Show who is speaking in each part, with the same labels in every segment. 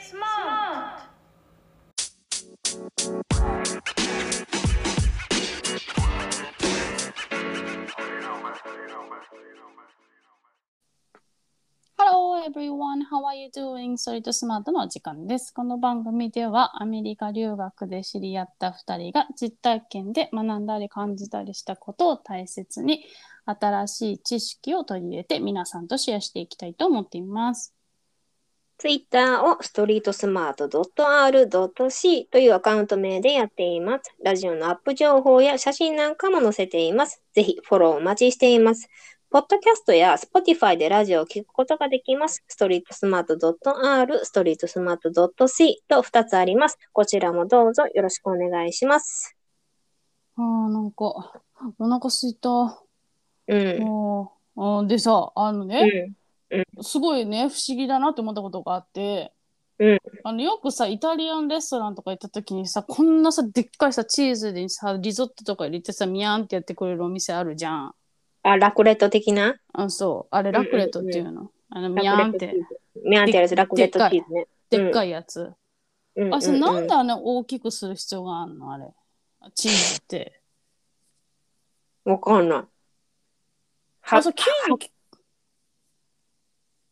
Speaker 1: smart.
Speaker 2: Hello everyone, how are you doing? ソリッドスマートの時間です。この番組ではアメリカ留学で知り合った2人が実体験で学んだり感じたりしたことを大切に新しい知識を取り入れて皆さんとシェアしていきたいと思っています。
Speaker 3: ツイッターをストリートスマート .r.c というアカウント名でやっています。ラジオのアップ情報や写真なんかも載せています。ぜひフォローお待ちしています。ポッドキャストや Spotify でラジオを聞くことができます。ストリートスマート .r、ストリートスマート .c と2つあります。こちらもどうぞよろしくお願いします。
Speaker 2: あーなんかお腹すいた。
Speaker 3: うん。
Speaker 2: もうあーでさ、あのね、
Speaker 3: うん
Speaker 2: すごいね、不思議だなって思ったことがあって、
Speaker 3: うん
Speaker 2: あのよくさ、イタリアンレストランとか行った時にさ、こんなさ、でっかいさ、チーズにさ、リゾットとか入れてさ、ミャンってやってくれるお店あるじゃん。
Speaker 3: あ、ラクレット的な
Speaker 2: あそう、あれ、ラクレットっていうの。あの、ミ
Speaker 3: ラ
Speaker 2: ャンっ
Speaker 3: クレットチー
Speaker 2: て、
Speaker 3: ズ。ミャンってやるやつ、ラクレットチーズね。
Speaker 2: でっかいやつ。
Speaker 3: うん
Speaker 2: あ、そうれ
Speaker 3: ん
Speaker 2: なんであんな大きくする必要があるのあれ。チーズ って。
Speaker 3: わかんない。は
Speaker 2: あ、そう、切るの、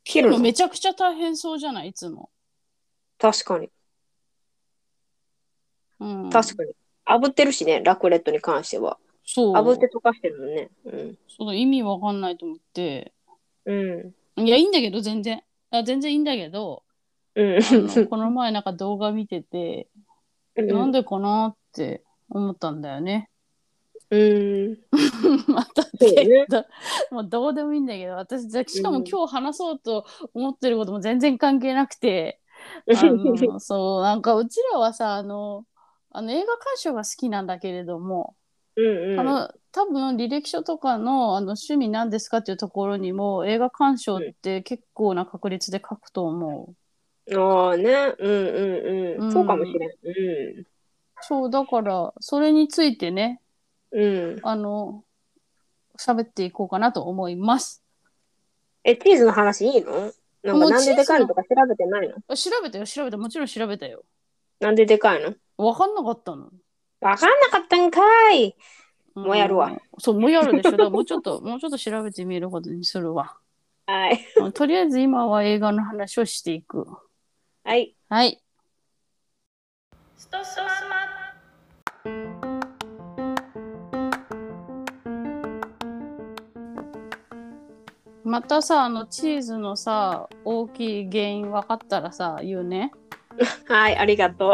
Speaker 3: 切
Speaker 2: 切
Speaker 3: る
Speaker 2: るの
Speaker 3: の
Speaker 2: めちゃくちゃ大変そうじゃないいつも。
Speaker 3: 確かに。
Speaker 2: うん。
Speaker 3: 確かに。炙ってるしね、ラクレットに関しては。
Speaker 2: そう。
Speaker 3: 炙って溶かしてるもんね。うん。
Speaker 2: そう意味わかんないと思って。
Speaker 3: うん。
Speaker 2: いや、いいんだけど、全然。あ全然いいんだけど、
Speaker 3: うん
Speaker 2: あの この前なんか動画見てて、
Speaker 3: うん。
Speaker 2: なんでかなって思ったんだよ ね。
Speaker 3: うん。
Speaker 2: また
Speaker 3: そうね
Speaker 2: だもうどうでもいいんだけど、私、じゃしか
Speaker 3: う
Speaker 2: も
Speaker 3: ん
Speaker 2: 今日話そうと思ってることも全然関係なくて、あのそう、なんかうちらはさ、あの、あの映画鑑賞が好きなんだけれども、
Speaker 3: うん うん。
Speaker 2: あの多分履歴書とかのあの趣味なんですかっていうところにも映画鑑賞って結構な確率で書くと思う。
Speaker 3: ああね。うんうん
Speaker 2: う
Speaker 3: うんん。そうかもしれん。
Speaker 2: そう、だから、それについてね、
Speaker 3: うん。うん。
Speaker 2: あの、喋っていこうかなと思います。
Speaker 3: え、チーズの話いいのなん
Speaker 2: も
Speaker 3: か
Speaker 2: う
Speaker 3: なんででかい
Speaker 2: チーズの
Speaker 3: のとか調べてないの
Speaker 2: あ調べたよ、調べた。もちろん調べたよ。
Speaker 3: なんででかいの
Speaker 2: わかんなかったの。
Speaker 3: わかんなかったんかい。
Speaker 2: うん
Speaker 3: もうやるわ。
Speaker 2: そう、もうやるでしょ。だからもうちょっと、 もうちょっと調べてみることにするわ。
Speaker 3: はい。
Speaker 2: うんとりあえず今は映画の話をしていく。
Speaker 3: はい。
Speaker 2: はい。
Speaker 1: Sto smart.
Speaker 2: またさ、あの、チーズのさ、大きい原因分かったらさ、言うね。
Speaker 3: はい、ありがとう。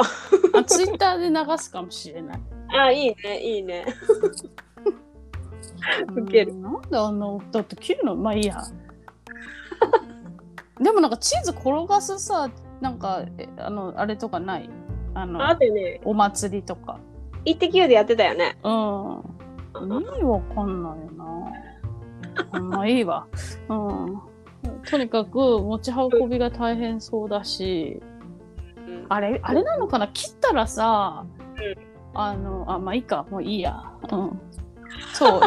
Speaker 2: あ、ツイッターで流すかもしれない。
Speaker 3: あ、いいね、いいね。ウケる
Speaker 2: うんなんであのだって切るのまあいいや でもなんかチーズ転がすさなんかえあのあれとかないあの
Speaker 3: あとね、
Speaker 2: お祭りとか
Speaker 3: 1.9でやってたよね。
Speaker 2: うん意味わかんないよなまあいいわうんとにかく持ち運びが大変そうだし
Speaker 3: うん
Speaker 2: あれあれなのかな切ったらさあのあまあいいかもういいや うんそうで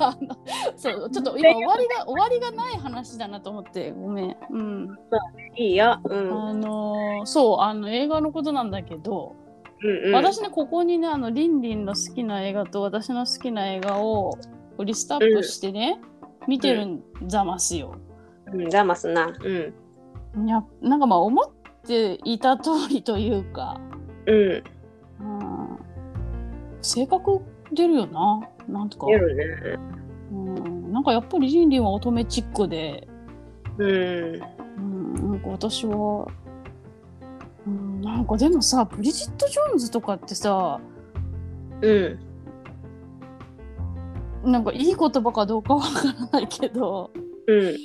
Speaker 2: あのそうちょっと今終わりが終わりがない話だなと思ってごめんうん
Speaker 3: いいよ。うん。うん
Speaker 2: あのそうあの映画のことなんだけど、
Speaker 3: うん。
Speaker 2: 私ねここにねあのリンリンの好きな映画と私の好きな映画をリストアップしてね、見てるんざますよ、
Speaker 3: うん、ざますな。うん。
Speaker 2: いやなんかまあ思っていた通りというか、
Speaker 3: うん。
Speaker 2: うん、性格出るよななんとか、
Speaker 3: 夜ね。
Speaker 2: うん、なんかやっぱりリンリンは乙女チックで、
Speaker 3: うん。
Speaker 2: うん、なんか私は、うん、なんかでもさブリジット・ジョーンズとかってさ
Speaker 3: うん。
Speaker 2: なんかいい言葉かどうかわからないけど
Speaker 3: うん。
Speaker 2: うん、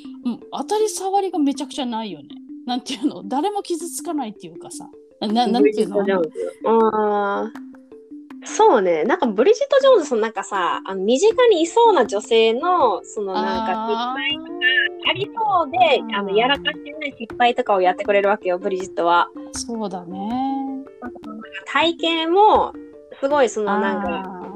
Speaker 2: 当たり障りがめちゃくちゃないよね。なんていうの誰も傷つかないっていうかさ。ななんていうの
Speaker 3: ブリジットジョーンズあーそうね。なんかブリジット・ジョーンズさんなんかさ、あの身近にいそうな女性の、そのなんか、
Speaker 2: あ
Speaker 3: ありそうで
Speaker 2: う、ん
Speaker 3: あの、やらかしてない失敗とかをやってくれるわけよ、ブリジットは。
Speaker 2: ーそうだね。
Speaker 3: 体型も、すごいそのなんか、
Speaker 2: あ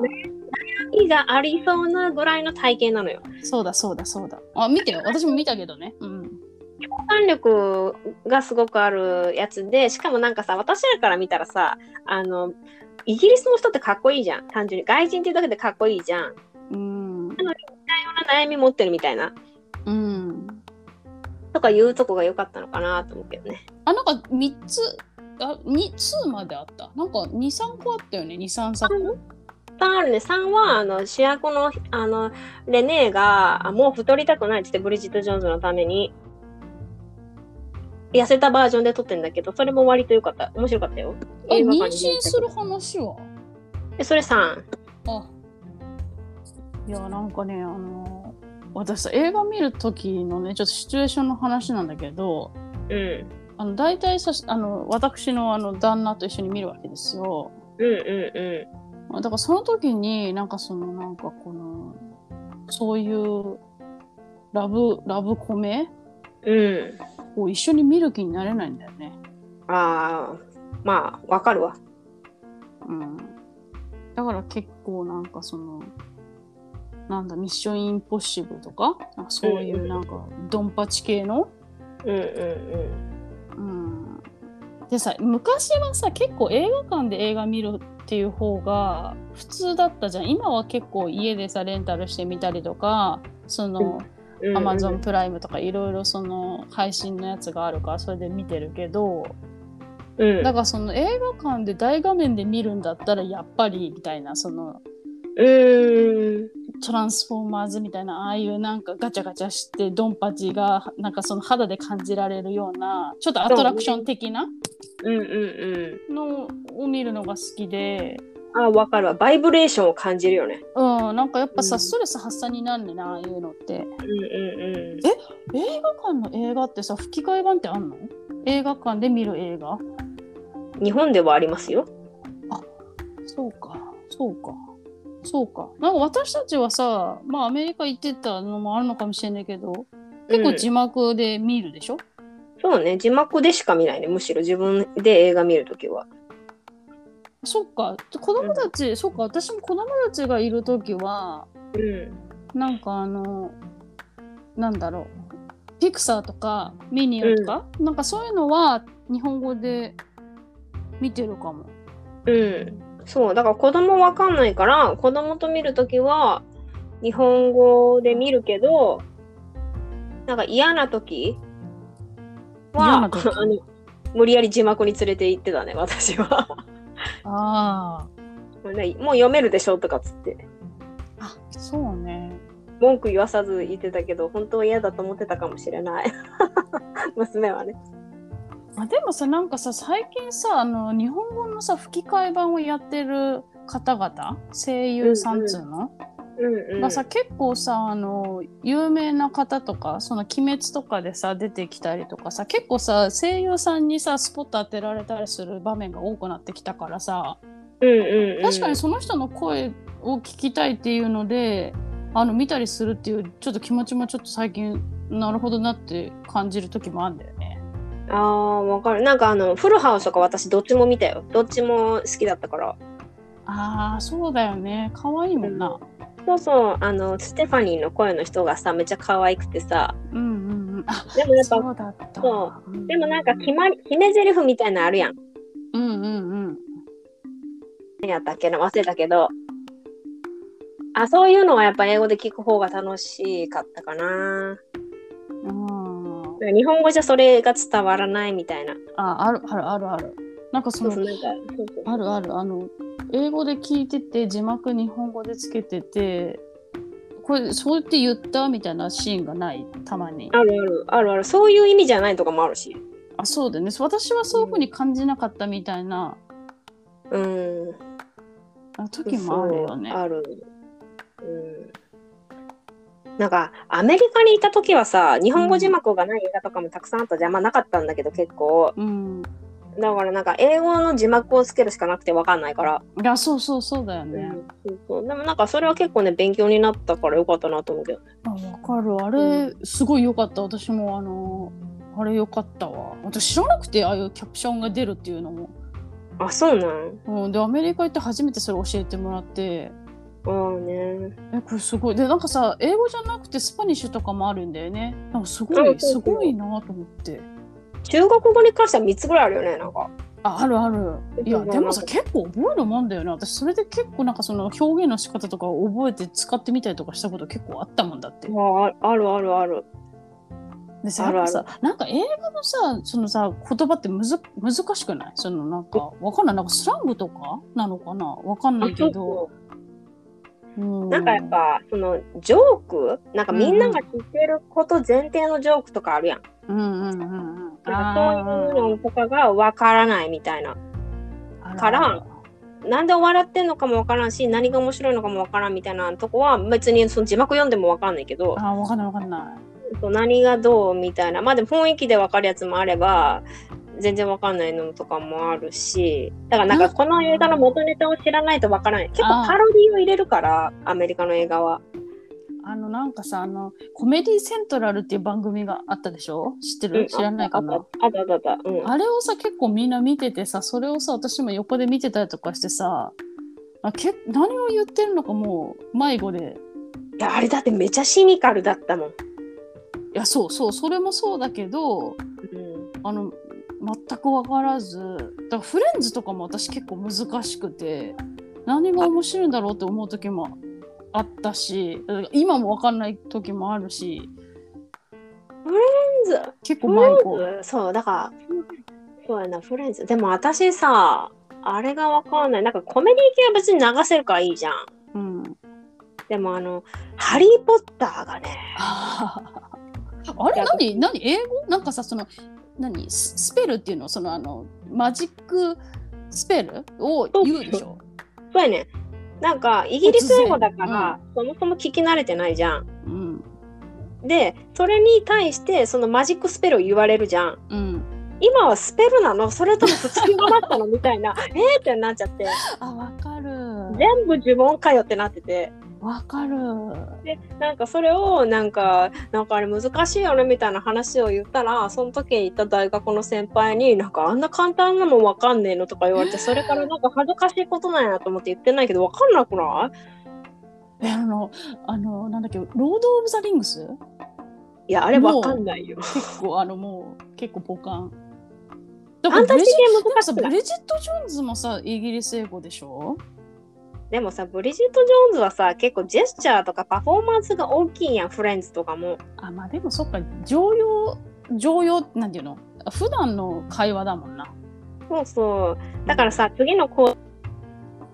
Speaker 3: 意がありそうなぐらいの体型なのよ。
Speaker 2: ーそうだそうだそうだ。あ見てよ私も見たけどね。うん。
Speaker 3: 感力がすごくあるやつでしかもなんかさ私らから見たらさあのイギリスの人ってかっこいいじゃん単純に外人っていうだけでかっこいいじゃん
Speaker 2: うん。
Speaker 3: 悩み持ってるみたいな
Speaker 2: うん。
Speaker 3: とか言うとこが良かったのかなと思うけどね
Speaker 2: あ、なんか三つ、あ、二つまであった。なんか二三個あったよね。二三作。
Speaker 3: 3あるね3はあの主役のあのレネーがあもう太りたくないっつってブリジット・ジョーンズのために痩せたバージョンで撮ってんだけどそれも割と良かった面白かったよ
Speaker 2: え、
Speaker 3: 映画
Speaker 2: 妊
Speaker 3: 館
Speaker 2: 娠
Speaker 3: に見に行ったけど
Speaker 2: する話は。
Speaker 3: えそれ3
Speaker 2: あ。いや、なんかね、あの。私さ映画見る時のねちょっとシチュエーションの話なんだけど
Speaker 3: うん
Speaker 2: あの大体さあの私のあの旦那と一緒に見るわけですよ。
Speaker 3: うんうんう
Speaker 2: だからその時になんかそのなんかこのそういうラブラブコメ
Speaker 3: んう
Speaker 2: を一緒に見る気になれないんだよね。
Speaker 3: んああまあわかるわ
Speaker 2: うん、だから結構なんかそのなんだミッションインポッシブルとかなんかそうい
Speaker 3: うんう
Speaker 2: うんなんかドンパチ系の、
Speaker 3: うんうんうん
Speaker 2: うん、でさ昔はさ結構映画館で映画見るっていう方が普通だったじゃん今は結構家でさレンタルしてみたりとかその、
Speaker 3: うんうん
Speaker 2: アマゾンプライムとかいろいろその配信のやつがあるからそれで見てるけど
Speaker 3: うん
Speaker 2: だからその映画館で大画面で見るんだったらやっぱりみたいなその
Speaker 3: うーん
Speaker 2: トランスフォーマーズみたいなああいうなんかガチャガチャしてドンパチがなんかその肌で感じられるようなちょっとアトラクション的な
Speaker 3: うんうんうん
Speaker 2: のを見るのが好きで
Speaker 3: ああわかるわバイブレーションを感じるよね
Speaker 2: うんなんかやっぱ
Speaker 3: う
Speaker 2: さ
Speaker 3: ん
Speaker 2: ストレス発散になるねんなああいうのって
Speaker 3: うんうんうん
Speaker 2: 映画館の映画ってさ吹き替え版ってあんの映画館で見る映画
Speaker 3: 日本ではありますよ。
Speaker 2: そうか、そうか、そうか。なんか私たちはさ、まあアメリカ行ってたのもあるのかもしれないけど、結構字
Speaker 3: うん
Speaker 2: 幕で見るでしょ、
Speaker 3: そうね、字幕でしか見ないね、むしろ自分で映画見るときは。
Speaker 2: そっか、子供たち、そっか、私も子供たちがいるときは、
Speaker 3: うん。
Speaker 2: なんかあの、なんだろう、ピクサーとかミニオンとか、なんかそういうのは日本語で見てるかも。
Speaker 3: うん。そう、だから子供わかんないから、子供と見るときは、日本語で見るけど、なんか嫌なとき
Speaker 2: 嫌
Speaker 3: は、
Speaker 2: な時
Speaker 3: あの、無理やり字幕に連れて行ってたね、私は。
Speaker 2: あ
Speaker 3: もうねもう読めるでしょとかっつって。
Speaker 2: あ、あ、そうね。
Speaker 3: 文句言わさず言ってたけど、本当は嫌だと思ってたかもしれない。 娘はね。
Speaker 2: あでもさなんかさ最近さあの日本語のさ吹き替え版をやってる方々声優さんっつうの、
Speaker 3: うんうん。
Speaker 2: がさ結構さあの有名な方とか「その鬼滅」とかでさ出てきたりとかさ結構さ声優さんにさスポット当てられたりする場面が多くなってきたからさ
Speaker 3: うんうんうん、
Speaker 2: 確かにその人の声を聞きたいっていうのであの見たりするっていうちょっと気持ちもちょっと最近なるほどなって感じる時もあるんだよね。
Speaker 3: ああ、わかる。なんかあの、フルハウスとか私どっちも見たよ。どっちも好きだったから。
Speaker 2: あーそうだよね可愛いもんな。
Speaker 3: そうそう、あの、ステファニーの声の人がさ、めっちゃ可愛くてさ。
Speaker 2: うんうんうん。あ、
Speaker 3: でもやっぱ、
Speaker 2: そうだった。
Speaker 3: そ
Speaker 2: うん
Speaker 3: でもなんか決まり、決め台詞みたいなのあるやん。
Speaker 2: うんうんうん。
Speaker 3: 何やったっけな忘れたけど。あ、そういうのはやっぱ英語で聞く方が楽しかったかな。
Speaker 2: うん、
Speaker 3: なんか日本語じゃそれが伝わらないみたいな。
Speaker 2: あ、あるあるあるある。なんかそ
Speaker 3: そう
Speaker 2: の
Speaker 3: そう、なんか、そうそう
Speaker 2: あるあるあの英語で聞いてて字幕日本語でつけてて。これそうやって言ったみたいなシーンがないたまに
Speaker 3: あるある、あるある。そういう意味じゃないとかもあるし。
Speaker 2: あそうだよね私はそういうふうに感じなかったみたいな
Speaker 3: うん。
Speaker 2: あ時もあるよね
Speaker 3: そうある。うん。なんか、アメリカにいた時はさ、日本語字幕がない映画とかもたくさんあったじゃん。まあなかったんだけど結構。
Speaker 2: うん
Speaker 3: だからなんか、英語の字幕をつけるしかなくてわかんないから。
Speaker 2: いやそうそうそうだよね、
Speaker 3: うんそうそう。でもなんか、それは結構ね、勉強になったからよかったなと思うけど。
Speaker 2: あわかるあれすごい良かった私もあのあれ良かったわ私知らなくてああいうキャプションが出るっていうのも、
Speaker 3: あ、そうなん
Speaker 2: うん、でアメリカ行って初めてそれ教えてもらって
Speaker 3: ああね。
Speaker 2: えこれすごいでなんかさ英語じゃなくてスパニッシュとかもあるんだよねなんかすご
Speaker 3: そう
Speaker 2: い
Speaker 3: そう
Speaker 2: す
Speaker 3: そう
Speaker 2: ごいなと思って
Speaker 3: 中国語に関しては3つぐらいあるよね、なんか。
Speaker 2: ああるあるいや
Speaker 3: うん
Speaker 2: でもさ結構覚えるもんだよね私それで結構なんかその表現の仕方とか覚えて使ってみたりとかしたこと結構あったもんだって
Speaker 3: ああ、あるあるある。
Speaker 2: でさ
Speaker 3: あるあ
Speaker 2: やっぱ
Speaker 3: る
Speaker 2: さなんか映画のさそのさ言葉ってむず難しくないそのなんかわかんないなんかスラングとかなのかなわかんないけどう
Speaker 3: なんかやっぱ、その、ジョークなんかみんなが知ってること前提のジョークとかあるやん。
Speaker 2: うんうんうんうん
Speaker 3: なんかそういうのとかがわからないみたいな。
Speaker 2: あー
Speaker 3: からなんで笑ってんのかもわからんし、何が面白いのかもわからんみたいなとこは、別にその字幕読んでもわかんないけど、
Speaker 2: あーわかんないわかんない
Speaker 3: そう何がどうみたいな。まあでも雰囲気でわかるやつもあれば、全然わかんないのとかもあるし、だからなんかこの映画の元ネタを知らないとわからない。結構パロディを入れるから、アメリカの映画は。
Speaker 2: あのなんかさあのコメディセントラルっていう番組があったでしょ知って
Speaker 3: うん
Speaker 2: る知らないかな、
Speaker 3: あったあったあったあった。うん。
Speaker 2: あれをさ結構みんな見ててさそれをさ私も横で見てたりとかしてさあけ何を言ってるのかもう迷子で
Speaker 3: いや、あれだってめちゃシニカルだったもん。
Speaker 2: いやそうそうそれもそうだけど
Speaker 3: うん、
Speaker 2: あの全く分からずだからフレンズとかも私結構難しくて何が面白いんだろうって思う時もあったしだから今も分かんない時もあるし
Speaker 3: フレンズ
Speaker 2: 結構
Speaker 3: フ
Speaker 2: 迷子。
Speaker 3: レンズそう、だから、そうやな、フレンズ。でも私さ、あれがわかんない。なんかコメディ系は別に流せるからいいじゃん。
Speaker 2: うん
Speaker 3: でもあの、ハリー・ポッターがね、
Speaker 2: あーあれ何何英語なんかさその何ススペルっていうのそのあのマジックスペルを言うでしょ
Speaker 3: そうやねん。なんか、イギリス英語だから、そもそも聞き慣れてないじゃん。
Speaker 2: うん
Speaker 3: で、それに対して、そのマジックスペルを言われるじゃん。
Speaker 2: うん
Speaker 3: 今はスペルなのそれとも普通語だったのみたいな、えーってなっちゃって、
Speaker 2: あわかる
Speaker 3: 全部呪文かよってなってて。
Speaker 2: わかる
Speaker 3: で、なんかそれを、なんか、なんかあれ難しいよねみたいな話を言ったら、その時に行った大学の先輩に、なんかあんな簡単なのわかんねえのとか言われて、それからなんか恥ずかしいことなんやと思って言ってないけど、わかんなくない
Speaker 2: えあのあのなんだっけロード・オブ・ザ・リングス
Speaker 3: いや、あれわかんないよ。
Speaker 2: 結構あのもう結構ポカンだ
Speaker 3: ファンタジー
Speaker 2: ブリ
Speaker 3: 系
Speaker 2: ジ
Speaker 3: 難し
Speaker 2: ッ
Speaker 3: く
Speaker 2: ト
Speaker 3: な
Speaker 2: ブ
Speaker 3: い
Speaker 2: リジット・ジョーンズもさイギリス英語でしょ
Speaker 3: でもさ、ブリジット・ジョーンズはさ、結構ジェスチャーとかパフォーマンスが大きいやん、フレンズとかも。
Speaker 2: あまあでもそっか常用常用なんていうの普段の会話だもんな
Speaker 3: そうそう。だからさ、次のこ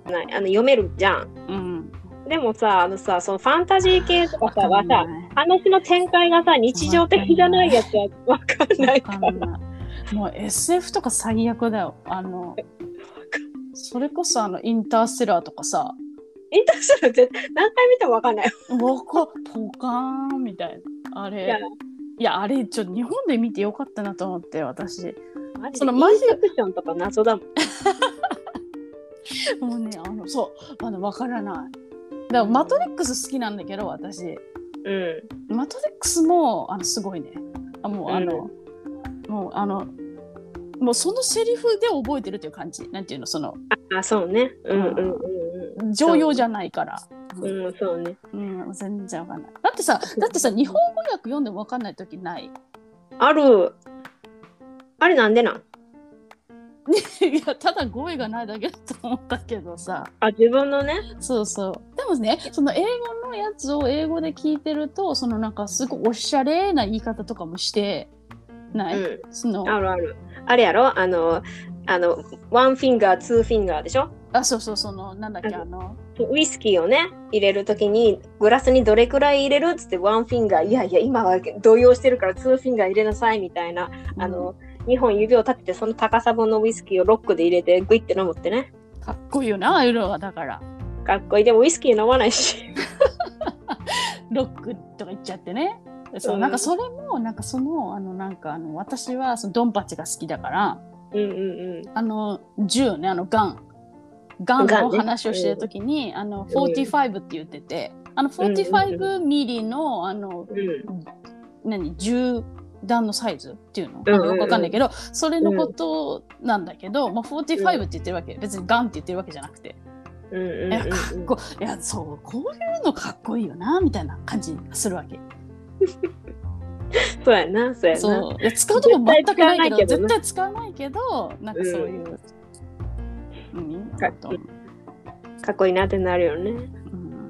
Speaker 3: う、ないあの読めるじゃん。
Speaker 2: うん
Speaker 3: でもさ、あのさ、そのファンタジー系とかさ、は
Speaker 2: わ
Speaker 3: さ
Speaker 2: か、んない
Speaker 3: 話の展開がさ、日常的じゃないやつはわか んないか
Speaker 2: わか。
Speaker 3: ら
Speaker 2: んないもう SF とか最悪だよあのそれこそあのインターステラーとかさ
Speaker 3: インターステラー絶対何回見てもわかんないよ。
Speaker 2: わかポカーンみたいなあれ
Speaker 3: いや
Speaker 2: いやあれちょっと日本で見てよかったなと思って私
Speaker 3: そ
Speaker 2: そ
Speaker 3: の
Speaker 2: の
Speaker 3: マ
Speaker 2: マ
Speaker 3: ジ
Speaker 2: ジ
Speaker 3: フィクションとか謎だもん。
Speaker 2: もうねあのそうあのわからないだからマトリックス好きなんだけど私
Speaker 3: うん。
Speaker 2: マトリックスもあのすごいねあもうあの、もうあのもうそのセリフで覚えてるっていう感じなんていうのその
Speaker 3: あ、そうね。うんうんうん
Speaker 2: 常用じゃないから
Speaker 3: うん。うん、そうね。
Speaker 2: うん、全然わかんない。だってさ、だってさ、日本語訳読んでもわかんない時ない。
Speaker 3: ある。あれなんでなん
Speaker 2: いや、ただ語彙がないだけだと思ったけどさ。
Speaker 3: あ、自分のね。
Speaker 2: そうそう。でもね、その英語のやつを英語で聞いてると、そのなんかすごいおしゃれな言い方とかもしてない。
Speaker 3: う
Speaker 2: その
Speaker 3: ん。あるある。あれやろあの、あの、ワンフィンガー、ツーフィンガーでしょ
Speaker 2: あ、そうそう、その、なんだっけ、あの、
Speaker 3: ウイスキーをね、入れるときに、グラスにどれくらい入れるっつって、ワンフィンガー、いやいや、今は動揺してるから、ツーフィンガー入れなさいみたいな、あの、2本指を立てて、その高さ分のウイスキーをロックで入れて、グイって飲むってね。
Speaker 2: かっこいいよな、ああいうのはだから。
Speaker 3: かっこいい。でも、ウイスキー飲まないし。
Speaker 2: ロックとか言っちゃってね。そう、
Speaker 3: うん
Speaker 2: なんかそれも、なんかその、あの、なんかあの、私はそのドンパチが好きだから、
Speaker 3: うんうんうん。
Speaker 2: あの銃ねあのガンガン
Speaker 3: ガン
Speaker 2: の
Speaker 3: ね
Speaker 2: 話をしてるときに、あの
Speaker 3: うん
Speaker 2: 45って言ってて、あの
Speaker 3: うんうん
Speaker 2: 45ミリのあの
Speaker 3: うん。
Speaker 2: 何銃弾のサイズっていうの、
Speaker 3: うんうんうん
Speaker 2: よくわかんないけどそれのことなんだけど、まあ、45って言ってるわけ、別にガンって言ってるわけじゃなくて
Speaker 3: うんうんうんうん
Speaker 2: いやかっこいやそうこういうのかっこいいよなみたいな感じがするわけ
Speaker 3: そうやな、そうやな。
Speaker 2: そういや使う時は全くないけど
Speaker 3: 絶
Speaker 2: 絶対使わないけどなんかそういう、うん
Speaker 3: かっこいいかっこいいなってなるよね。
Speaker 2: うん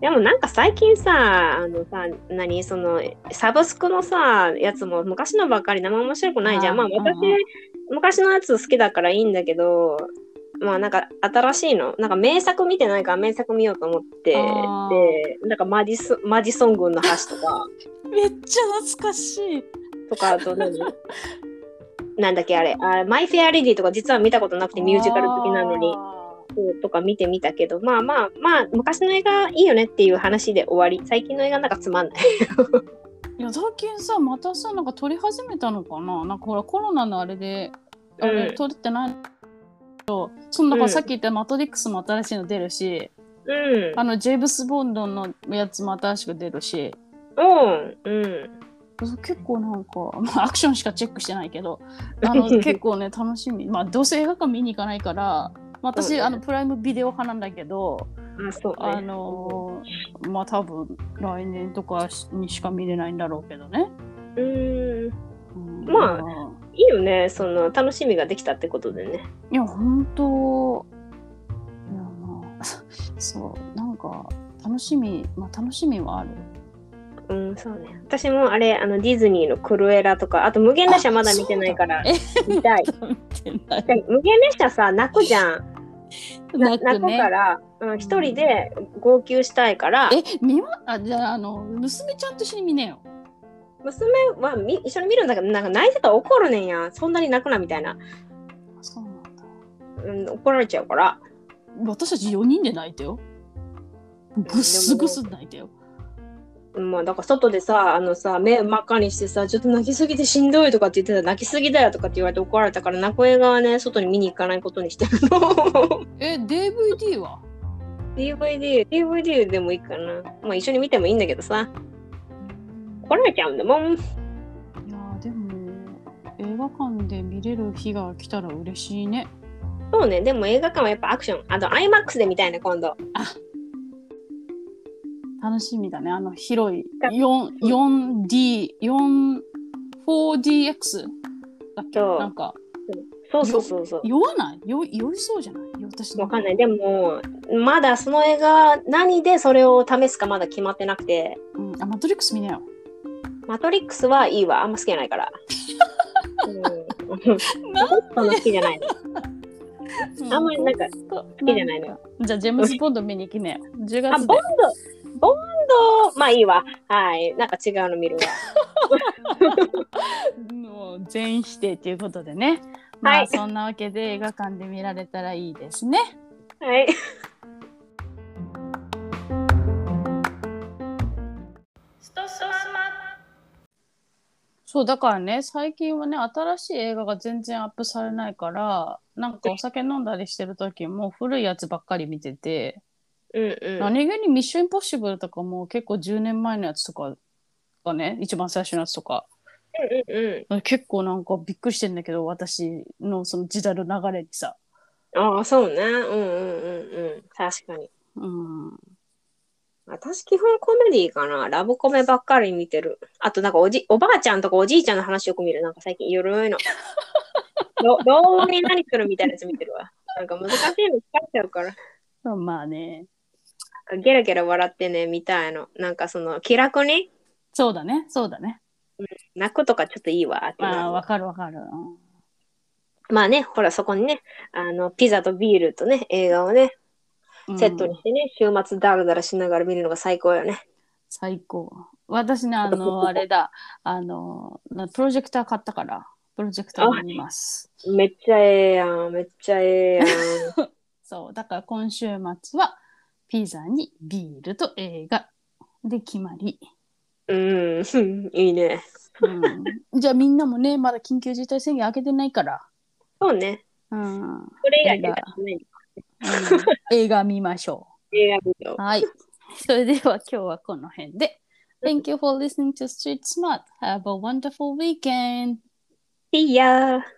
Speaker 3: でもなんか最近さ、あのさ、何、その、サブスクのさ、やつも昔のばっかり生面白くないじゃん。ま
Speaker 2: あ
Speaker 3: あ
Speaker 2: ー
Speaker 3: 私
Speaker 2: うんうん、
Speaker 3: 昔のやつ好きだからいいんだけど、まあなんか新しいの、なんか名作見てないから名作見ようと思って、で
Speaker 2: あ、
Speaker 3: なんかマジソマジソン軍の橋とか、
Speaker 2: めっちゃ懐かしい
Speaker 3: とか、あと何なんだっけあれあ、マイ・フェア・レディとか実は見たことなくてミュージカル好きなのに。そうとか見てみたけど、まあまあまあ、昔の映画いいよねっていう話で終わり、最近の映画なんかつまんない。
Speaker 2: いや最近さまたさなんか撮り始めたのかななんかほらコロナのあれであれ、
Speaker 3: うん
Speaker 2: 撮ってないけどそのだか
Speaker 3: うん
Speaker 2: らさっき言った「マトリックス」も新しいの出るし、
Speaker 3: うん。
Speaker 2: あのジェームス・ボンドのやつも新しく出るし
Speaker 3: うん。うん。
Speaker 2: 結構なんか、まあ、アクションしかチェックしてないけどあ の結構ね楽しみまあどうせ映画館見に行かないから、まあ
Speaker 3: そう
Speaker 2: 私
Speaker 3: ね
Speaker 2: あのプライムビデオ派なんだけど
Speaker 3: あ、そう、ね。
Speaker 2: あのーまあ多分来年とかにしか見れないんだろうけどね。
Speaker 3: うん。
Speaker 2: うん
Speaker 3: まあ
Speaker 2: あ
Speaker 3: いいよね、その、楽しみができたってことでね。
Speaker 2: いや本当いやまあ そうなんか楽しみまあ楽しみ はある
Speaker 3: うん、そうね。私もあれ、あの、ディズニーのクルエラとか、あと、無限列車まだ見てないから、
Speaker 2: え
Speaker 3: 見たい。
Speaker 2: 見てない
Speaker 3: で無限列車さ、泣くじゃん。
Speaker 2: 泣
Speaker 3: 泣
Speaker 2: く
Speaker 3: くか
Speaker 2: ね
Speaker 3: ら、うん、一人で号泣したいから、
Speaker 2: え見まあじゃああの娘ちゃんと一緒に見ねよ
Speaker 3: 娘はみ一緒に見るんだけど、なんか泣いてたら怒るねんやん。そんなに泣くな、みたいな。
Speaker 2: そうなんだ
Speaker 3: うん、怒られちゃうから。
Speaker 2: 私たち4人で泣いたよぐっすぐす泣いたよ
Speaker 3: まあ、だから外でさ、あのさ、目真っ赤にしてさ、ちょっと泣きすぎてしんどいとかって言ってたら、泣きすぎだよとかって言われて怒られたから、泣く映画はね、外に見に行かないことにしてるの。
Speaker 2: え DVD は
Speaker 3: DVD、DVD でもいいかな。まあ、一緒に見てもいいんだけどさ、怒られちゃうんだも
Speaker 2: い
Speaker 3: ん。
Speaker 2: やーでも映画館で見れる日が来たら嬉しいね
Speaker 3: そうね、でも映画館はやっぱアクション。あと、IMAX で見たいね、今度。
Speaker 2: 楽しみだねあの広い
Speaker 3: だ
Speaker 2: 4D4DX だっけ
Speaker 3: そう
Speaker 2: なんか
Speaker 3: そうそうそうそう。
Speaker 2: 酔わない酔い酔いそうじゃない私
Speaker 3: わかんないい。でも、まだその映画、何でそれを試すかまだ決まってなくて、
Speaker 2: うん、あマトリックス見なよ
Speaker 3: マトリックスはいいわ。あんま好きじゃないから。うん。 そんな好きじゃない。あんまりなんか
Speaker 2: 好
Speaker 3: きじゃないのよ
Speaker 2: じゃあジェームス・ボンド見に行きなよ10月で
Speaker 3: あ、ボンド、ボンド、まあいいわ。はい。なんか違うの見るわ。
Speaker 2: もう全否定ということでね
Speaker 3: は
Speaker 2: ま
Speaker 3: い
Speaker 2: あそんなわけで映画館で見られたらいいですね
Speaker 3: はい。
Speaker 2: そうだからね最近はね新しい映画が全然アップされないからなんかお酒飲んだりしてる時も古いやつばっかり見てて、
Speaker 3: うんうん。
Speaker 2: 何気に「ミッションインポッシブル」とかも結構10年前のやつとかがね一番最初のやつとか
Speaker 3: うんう
Speaker 2: 結構なんかびっくりしてんだけど私のその時代の流れにさ。
Speaker 3: ん。ああ、そうね。うんうんうんうん。確かに。
Speaker 2: うん、
Speaker 3: 私基本コメディかな。ラブコメばっかり見てる。あとなんかおじ、おばあちゃんとかおじいちゃんの話よく見る。なんか最近ゆる いの。ど老後に何するみたいなやつ見てるわ。なんか難しいの疲れちゃうから。
Speaker 2: まあね
Speaker 3: ゲラゲラ笑ってね、見たいの。なんかその気楽に
Speaker 2: そうだねそうだね
Speaker 3: 泣くとかちょっといいわってなる
Speaker 2: まあわかるわかる、うん
Speaker 3: まあね、ほらそこにね、あの、ピザとビールとね、映画をね、
Speaker 2: うん
Speaker 3: セットにしてね、週末ダラダラしながら見るのが最高よね。
Speaker 2: 最高私ねあのあれだあのなプロジェクター買ったからプロジェクター見ます
Speaker 3: めっちゃええやん、めっちゃええ やん。
Speaker 2: そうだから今週末はピザにビールと映画で決まり、
Speaker 3: うん、いいね。
Speaker 2: うん、じゃあみんなもねまだ緊急事態宣言開けてないから、
Speaker 3: そうね。
Speaker 2: うんうん、
Speaker 3: これ以外出たくない。
Speaker 2: 映画見ましょ
Speaker 3: 映画見よ
Speaker 2: うはいそれでは今日はこの辺で Thank you for listening to Street Smart. Have a wonderful weekend.
Speaker 3: う。いいやー。